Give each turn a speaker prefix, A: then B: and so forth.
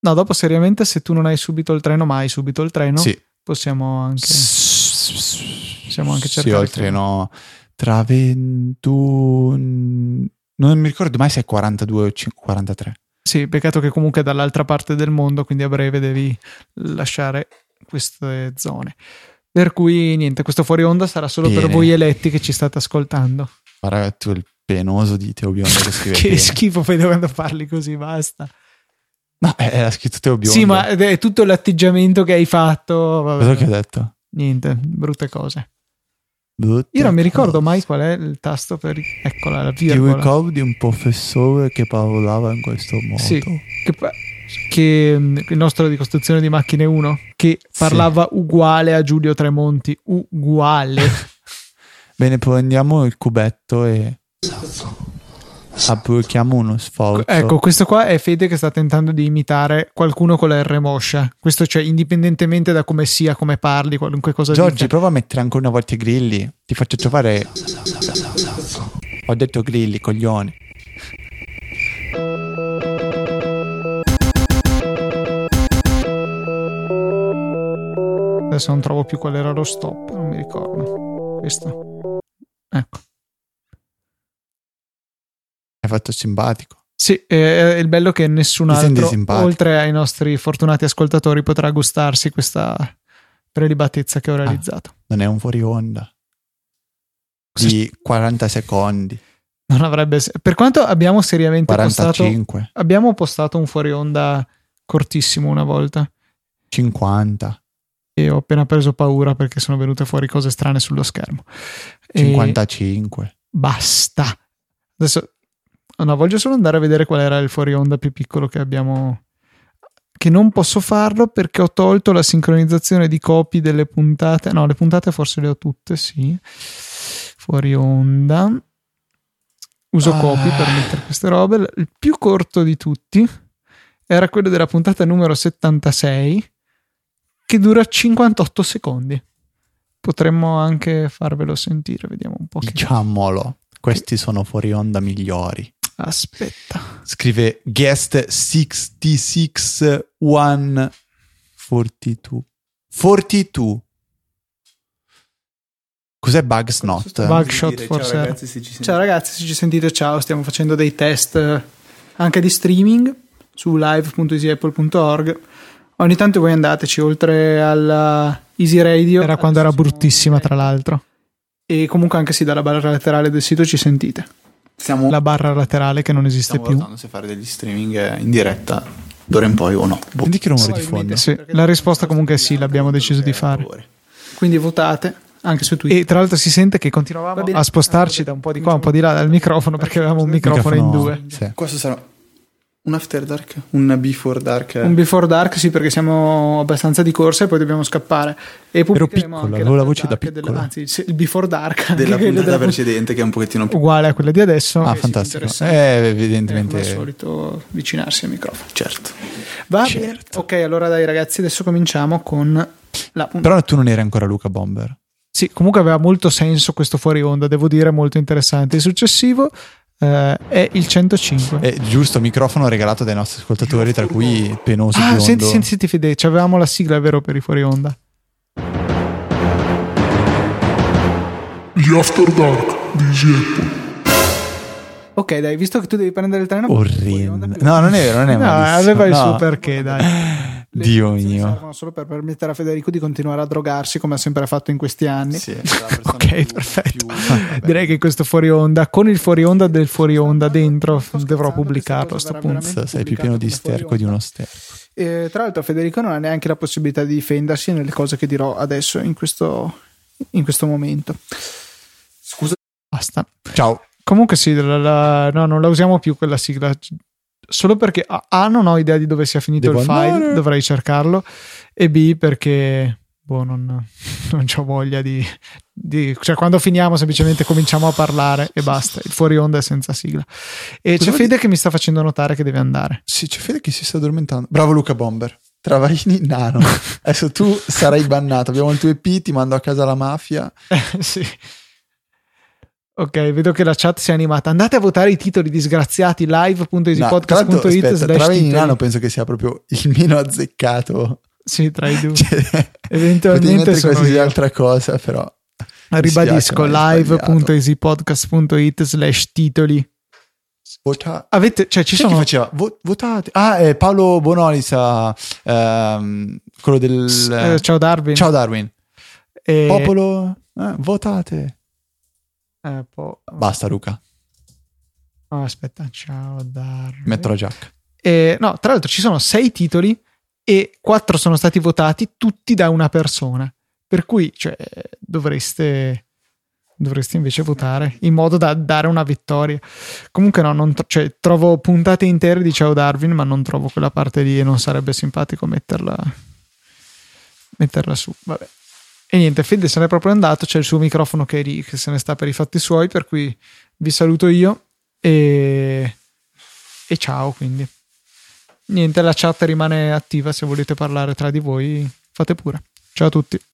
A: No, dopo seriamente, se tu non hai subito il treno, ma hai subito il treno,
B: Sì.
A: possiamo anche...
B: Possiamo
A: anche
B: Sì, ho
A: cercare
B: il treno tra 21... Non mi ricordo mai se è 42 o 5 43.
A: Sì, peccato che comunque è dall'altra parte del mondo, quindi a breve devi lasciare queste zone. Per cui niente, questo fuori onda sarà solo per
B: Bene.
A: voi eletti che ci state ascoltando.
B: Guarda tu il penoso di Teo Biondo che scrive
A: che
B: bene.
A: schifo fai quando parli così, basta.
B: No, eh, era scritto Teo Biondo.
A: Sì, ma ed è tutto l'atteggiamento che hai fatto. vabbè.
B: Cosa che ho detto?
A: Niente, brutte cose. Io non mi ricordo mai qual è il tasto per... Eccola, la
B: Ti
A: virgola.
B: ricordi un professore che parlava in questo modo?
A: Sì. Che, pa- che, mh, il nostro di costruzione di macchine 1 che
B: Sì.
A: parlava uguale a Giulio Tremonti, uguale.
B: Bene, prendiamo il cubetto e applichiamo uno sforzo.
A: Ecco, questo qua è Fede che sta tentando di imitare qualcuno con la R moscia. Questo cioè indipendentemente da come sia, come parli, qualunque cosa
B: Giorgi,
A: dica.
B: prova a mettere ancora una volta i grilli. Ti faccio trovare. Ho detto grilli, coglione.
A: Adesso non trovo più qual era lo stop, non mi ricordo. Questo. Ecco.
B: Hai fatto simpatico.
A: Sì, eh, il bello è che nessun
B: Ti senti
A: altro,
B: simpatico.
A: oltre ai nostri fortunati ascoltatori, potrà gustarsi questa prelibatezza
B: Ah.
A: che ho realizzato.
B: Non è un fuori onda. Di 40 secondi.
A: Non avrebbe... se- Per quanto abbiamo seriamente postato...
B: 45,
A: Abbiamo postato un fuori onda cortissimo una volta.
B: 50,
A: e ho appena preso paura perché sono venute fuori cose strane sullo schermo. E
B: 55.
A: basta. Adesso oh no, voglio solo andare a vedere qual era il fuori onda più piccolo che abbiamo che non posso farlo perché ho tolto la sincronizzazione di copy delle puntate. No, le puntate forse le ho tutte, sì. Fuori onda. Uso
B: Ah.
A: copy per mettere queste robe. Il più corto di tutti era quello della puntata numero 76 che dura 58 secondi. Potremmo anche farvelo sentire, vediamo un po'. Che...
B: Diciamolo, questi sono fuori onda migliori.
A: Aspetta.
B: Scrive guest 66142. 42. Cos'è Bugs Not?
A: Bug shot forse era. Ciao ragazzi, se ci sentite, ciao, stiamo facendo dei test eh, anche di streaming su live.easyapple.org. Ogni tanto voi andateci oltre alla Easy Radio. Era quando era bruttissima, tra l'altro. E comunque anche sì, dalla barra laterale del sito ci sentite.
C: Stiamo,
A: La barra laterale che non esiste
C: stiamo
A: più.
C: valutando se fare degli streaming eh, in diretta d'ora in poi o no. Boh.
B: Senti che rumore di fondo.
A: Sì, la risposta comunque è sì, l'abbiamo deciso di fare. Quindi votate anche su Twitter. E tra l'altro si sente che continuavamo a spostarci da un po' di qua, un po' di là dal microfono perché avevamo un microfono, in due.
B: sì.
C: Questo sarà un after dark, un before dark.
A: Un Before Dark, sì, perché siamo abbastanza di corsa e poi dobbiamo scappare. E pubblicheremo
B: piccolo,
A: anche
B: avevo la
A: l'After
B: voce da
A: Dark della-
B: piccolo.
A: anzi, sì, il Before Dark anche
C: della
A: quello
C: puntata
A: della-
C: precedente che è un pochettino più...
A: uguale a quella di adesso.
B: Ah,
A: Che si
B: fantastico.
A: interessa-
B: Eh,
A: eh, Come al
B: evidentemente.
A: solito avvicinarsi al microfono.
C: Certo.
A: Va bene. Ok, allora dai ragazzi, adesso cominciamo con la puntata.
B: Però tu non eri ancora Luca Bomber.
A: Sì, comunque aveva molto senso questo fuori onda, devo dire, molto interessante. Il successivo eh, è il 105.
B: È giusto, microfono regalato dai nostri ascoltatori, tra cui Penoso
A: ah,
B: Biondo.
A: senti, senti, senti, Fede, ci avevamo la sigla, vero, per i fuori onda?
D: Gli After Dark di Zeppo.
A: Ok, dai, visto che tu devi prendere il treno,
B: Orrendo. No, eh, non è vero, non è
A: No,
B: malissimo,
A: aveva il
B: no.
A: suo perché, dai. Le
B: Dio
A: ispezioni
B: mio.
A: servono solo per permettere a Federico di continuare a drogarsi come ha sempre fatto in questi anni.
C: Sì, è la persona
A: Ok,
C: più-
A: perfetto.
C: più- vabbè.
A: Direi che questo fuori onda, con il fuori onda del fuori onda dentro, dovrò pubblicarlo a sto punto.
B: Cazzo, Sei più pieno di sterco di uno sterco.
A: Eh, tra l'altro, Federico non ha neanche la possibilità di difendersi nelle cose che dirò adesso, in questo, in questo momento.
C: Scusa.
A: Basta.
B: Ciao.
A: Comunque sì, la- la- no, non la usiamo più quella sigla. Solo perché A, A, non ho idea di dove sia finito
B: Devo
A: il file,
B: andare.
A: dovrei cercarlo. E B perché boh, non, non ho voglia di, di- Cioè, quando finiamo, semplicemente cominciamo a parlare e basta. Il fuori onda è senza sigla. E
B: Cosa
A: c'è
B: vuol
A: Fede che mi sta facendo notare che deve andare.
B: Sì, c'è Fede che si sta addormentando. Bravo Luca Bomber. Travaini nano. Adesso tu sarai bannato. Abbiamo il tuo EP, ti mando a casa la mafia.
A: sì. Ok, vedo che la chat si è animata. Andate a votare i titoli disgraziati
B: No, tra l'altro,
A: live.easypodcast.it
B: aspetta,
A: slash
B: tra me e Nano
A: titoli.
B: penso che sia proprio il meno azzeccato.
A: Sì, tra i due.
B: Cioè, potevi
A: Eventualmente
B: mettere
A: sono
B: qualsiasi
A: io.
B: altra cosa, però. mi
A: Ribadisco,
B: dispiace, ma hai sbagliato.
A: live.easypodcast.it slash titoli.
B: Vota-
A: Avete, cioè, ci
B: Chi è che
A: sono...
B: faceva? Vo- votate. Ah, eh, Paolo Bonolis, ah, ehm, quello del.
A: S- eh, ciao Darwin.
B: Ciao Darwin.
A: Eh,
B: Popolo, eh, votate.
A: eh, po-
B: Basta, Luca.
A: no, aspetta, ciao Darwin.
B: Metto la giacca.
A: Eh, no, tra l'altro ci sono sei titoli e quattro sono stati votati tutti da una persona. Per cui cioè, dovreste, dovreste invece votare in modo da dare una vittoria. Comunque no, non tro- cioè, trovo puntate intere di Ciao Darwin, ma non trovo quella parte lì e non sarebbe simpatico metterla, metterla su. Vabbè. E niente, Fede se n'è proprio andato, c'è il suo microfono che, è lì, che se ne sta per i fatti suoi, per cui vi saluto io e, e ciao quindi. Niente, la chat rimane attiva se volete parlare tra di voi, fate pure. Ciao a tutti.